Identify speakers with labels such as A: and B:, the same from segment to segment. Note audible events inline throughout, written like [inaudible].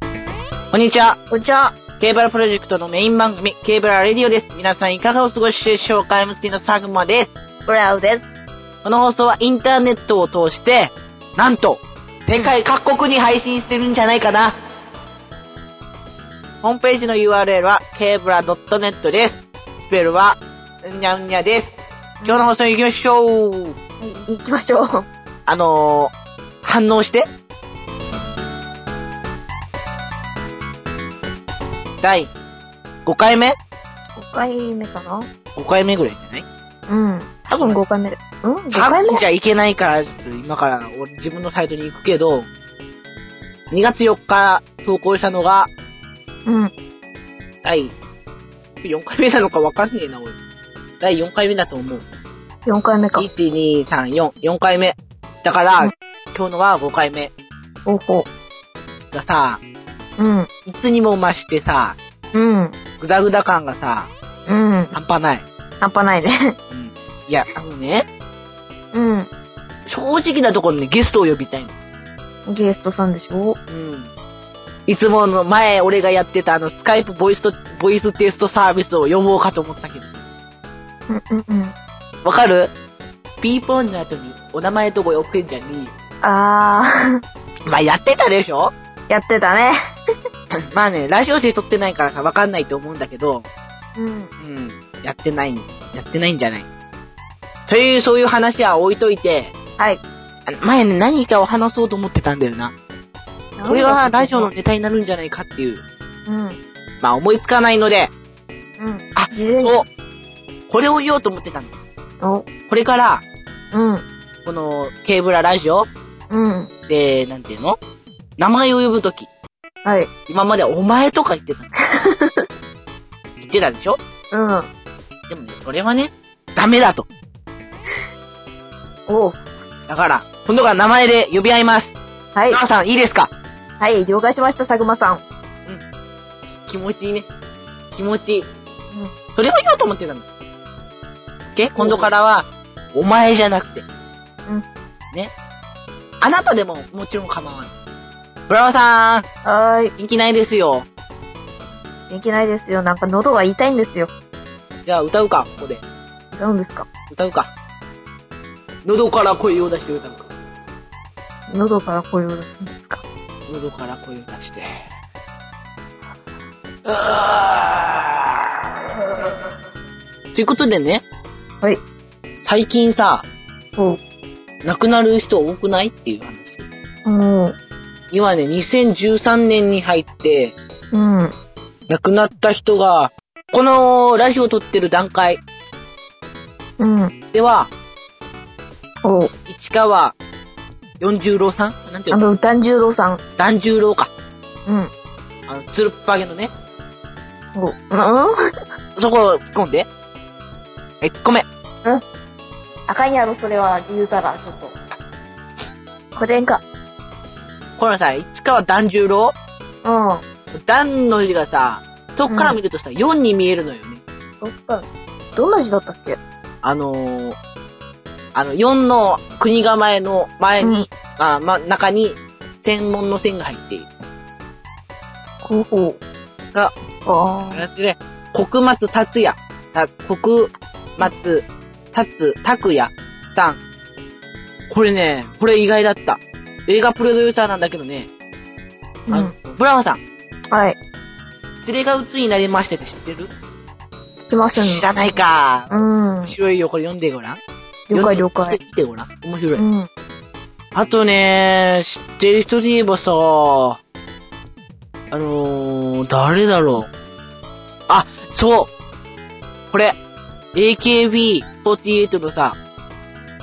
A: にちは。
B: こんにちは。
A: ケーブラプロジェクトのメイン番組、ケーブラレディオです。皆さんいかがお過ごしでしょうか ?MC の佐久間です。
B: ブラウです。
A: この放送はインターネットを通して、なんと、世界各国に配信してるんじゃないかな。ホームページの URL は、ケーブラ .net です。スペルは、うんにゃうんにゃです。今日の放送に行きましょう。
B: い行きましょう。
A: あのー、反応して。第5回目
B: 5回目かな
A: ?5 回目ぐらいじゃない
B: うん。
A: 多
B: 多
A: 分
B: 分5回目で。うん ?5
A: 多
B: 回
A: 分
B: 目
A: じゃいけないから、ちょっと今から俺自分のサイトに行くけど、2月4日投稿したのが、
B: うん。
A: 第4回目なのかわかんねえな、俺。第4回目だと思う。
B: 4回目か。
A: 1、2、3、4、4回目。だか
B: う
A: ら
B: ん、
A: 今日のは5回目
B: おほ。
A: がさ、
B: うん。
A: いつにも増してさ、
B: うん。
A: グダグダ感がさ、
B: うん。
A: 半端ない。
B: 半端ないね。
A: うん。いや、あのね、
B: うん。
A: 正直なところにねゲストを呼びたいの。
B: ゲストさんでしょ
A: うん。いつもの前、俺がやってたあの、スカイプボイスと、ボイステストサービスを呼ぼうかと思ったけど。
B: うんうんうん。
A: わかるピーポンの後にお名前とご用件じゃねえ
B: あ
A: よまあ、やってたでしょ
B: [laughs] ー、やってたね。
A: [laughs] まあね、ラジオで撮ってないからさ、わかんないと思うんだけど、
B: うん。
A: うん。やってない、やってないんじゃないという、そういう話は置いといて、
B: はい。
A: あの前ね、何かを話そうと思ってたんだよな。これはラジオの
B: う
A: ネタになるんじゃないかっていう。
B: ん。うん。
A: まあ思いつかないので、あ
B: 事前に。
A: そう。これを言おうと思ってたの。
B: お。
A: これから、
B: うん。
A: この、ケーブララジオ
B: うん。
A: で、なんていうの名前を呼ぶとき、
B: はい。
A: 今までお前とか言って
B: [laughs]
A: たの。言ってたでしょ
B: うん。
A: でもね、それはね、ダメだと。
B: お
A: だから、今度から名前で呼び合います。
B: はい。
A: なおさん、いいですか
B: はい。了解しました、佐久間さん。
A: 気持ちいいね。気持ちいい。
B: うん。
A: それを言おうと思ってたの。で、今度からは、お前じゃなくて。ね。あなたでも、もちろん構わない。ブラワさ
B: はーい。
A: ん、人気ないですよ。
B: できないですよ。なんか喉が痛いんですよ。
A: じゃあ歌うか、ここで。
B: 歌うんですか
A: 歌うか。喉から声を出して歌うか。
B: 喉から声を出すんですか
A: 喉から声を出して。あーということでね、
B: はい。
A: 最近さ、
B: おう。
A: 亡くなる人多くないっていう話。
B: おう。
A: 今ね、2013年に入って、
B: うん。
A: 亡くなった人が、このラジオを撮ってる段階
B: うん。
A: では、
B: おう。
A: 市川四十郎さんなんてい
B: あ
A: うの
B: の、團十郎さん。
A: 團十郎か。
B: うん。
A: あの、つるっぱげのね。
B: おう。うん
A: そこを突っ込んで。え、突っ込め。
B: [laughs] 赤いやろ、それは、理由たら、ちょっと。これんか。
A: このさ、市川團十郎
B: うん。
A: 団の字がさ、そっから見るとさ、4に見えるのよね。
B: どっか、どんな字だったっけ
A: あのー、あの、4の国が前の前に、。あ、ま、中に、専門の線が入っている。
B: ほうほう。
A: が、
B: あ
A: だってね、国松達也、た、国松達拓也さん。これね、これ意外だった。映画プロデューサーなんだけどね、
B: あ。
A: あ
B: う
A: の
B: ん。
A: ブラワさん、
B: はい。
A: 連れが鬱になりましてって知ってる
B: 来ません。
A: 知らない。か。
B: うん
A: 面。白いよ、これ読んでごらん。
B: 了解
A: 読
B: 了
A: んで
B: 解。
A: 見てごらん。面白
B: う
A: い。
B: ん。
A: あとね、知ってる人で言えばさ、あのー、誰だろう。あ、そうこれ、AKB48 のさ、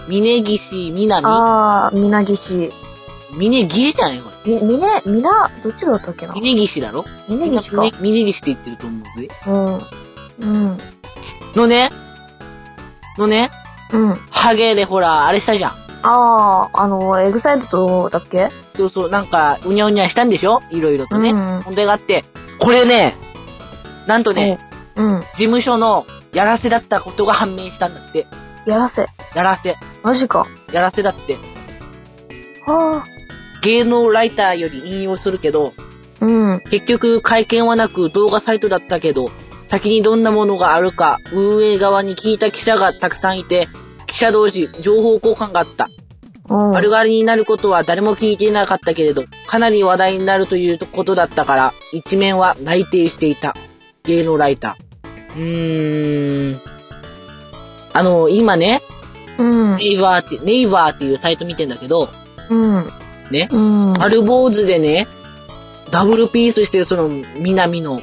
A: 峯岸みな
B: あー、みなぎし。
A: み峯岸じゃないこ
B: み、みね、みな、どっちだったっけな
A: れ。峯岸だろ
B: みねぎしか。
A: 峯岸って言ってると思うぜ。
B: うん。うん。
A: のね、のね、
B: うん。
A: ハゲでほら、あれしたじゃん。
B: ああ、あの、エグサイトだっけ
A: そうそう、なんか、うにゃうにゃしたんでしょいろいろとね。
B: うん
A: 問題があって、これね、なんとね、
B: うん。
A: 事務所のやらせだったことが判明したんだって。
B: やらせ。
A: やらせ、
B: マジか。
A: やらせだって。
B: はあ。
A: 芸能ライターより引用するけど、
B: うん。
A: 結局、会見はなく動画サイトだったけど、先にどんなものがあるか、運営側に聞いた記者がたくさんいて、記者同士、情報交換があった。
B: うん。
A: 丸刈りになることは誰も聞いていなかったけれど、かなり話題になるということだったから、一面は内定していた。芸能ライター。うーん。あの、今ね、
B: うん。
A: ネイバーって、ネイバーっていうサイト見てんだけど、
B: うん。
A: ね、
B: うん。
A: 丸坊主でね、ダブルピースしてるその、南の、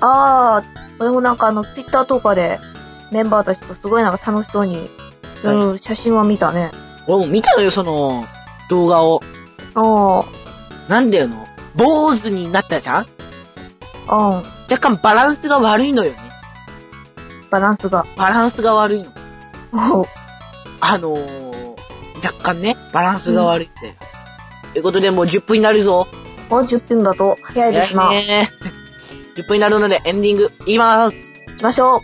B: ああ、俺もなんかあの、ツイッターとかで、メンバーたちとすごいなんか楽しそうに、
A: はい
B: うん、写真は見たね。
A: 俺も見たのよ、その、動画を。
B: あ
A: なんだよの。坊主になったじゃん
B: あ、うん。
A: 若干バランスが悪いのよね。
B: バランスが。
A: バランスが悪いの。
B: おう
A: あのー、若干ね、バランスが悪いって。ということで、もう10分になるぞ。
B: もう10分だと早いですな。行
A: ね。10分になるので、エンディング、言います。
B: きましょう。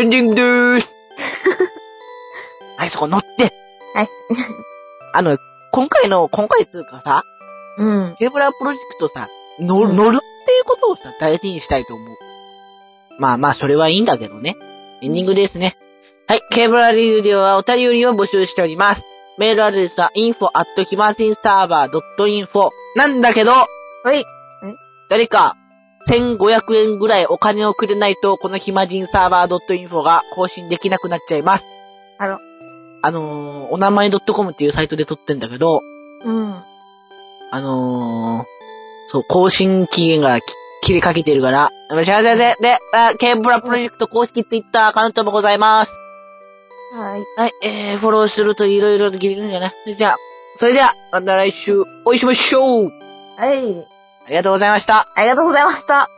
A: エンディングでーす。 [laughs] はい、そこ乗って。
B: はい。
A: あの、今回の、今回っていうかさ、
B: うん。
A: ケーブラープロジェクトさ、乗
B: う
A: る、
B: ん
A: 乗るっていうことをさ、大事にしたいと思う。まあまあ、それはいいんだけどね。エンディングですね。はい、ケーブラリーではお便りを募集しております。メールアドレスは info.himasinserver.info なんだけど、
B: はい。
A: 誰か、1500円ぐらいお金をくれないと、このヒマジンサーバー .info が更新できなくなっちゃいます。
B: あら。
A: あのー、お名前 .com っていうサイトで撮ってんだけど、
B: うん。
A: あのー、そう、更新期限がき切れかけてるから、で、で、で、あケーブラプロジェクト公式ツイッターアカウントもございます。
B: はい。
A: はい、えー、フォローするといろいろできるんじゃないでじゃあ、それでは、また来週お会いしましょう
B: はい。
A: ありがとうございました
B: ありがとうございました。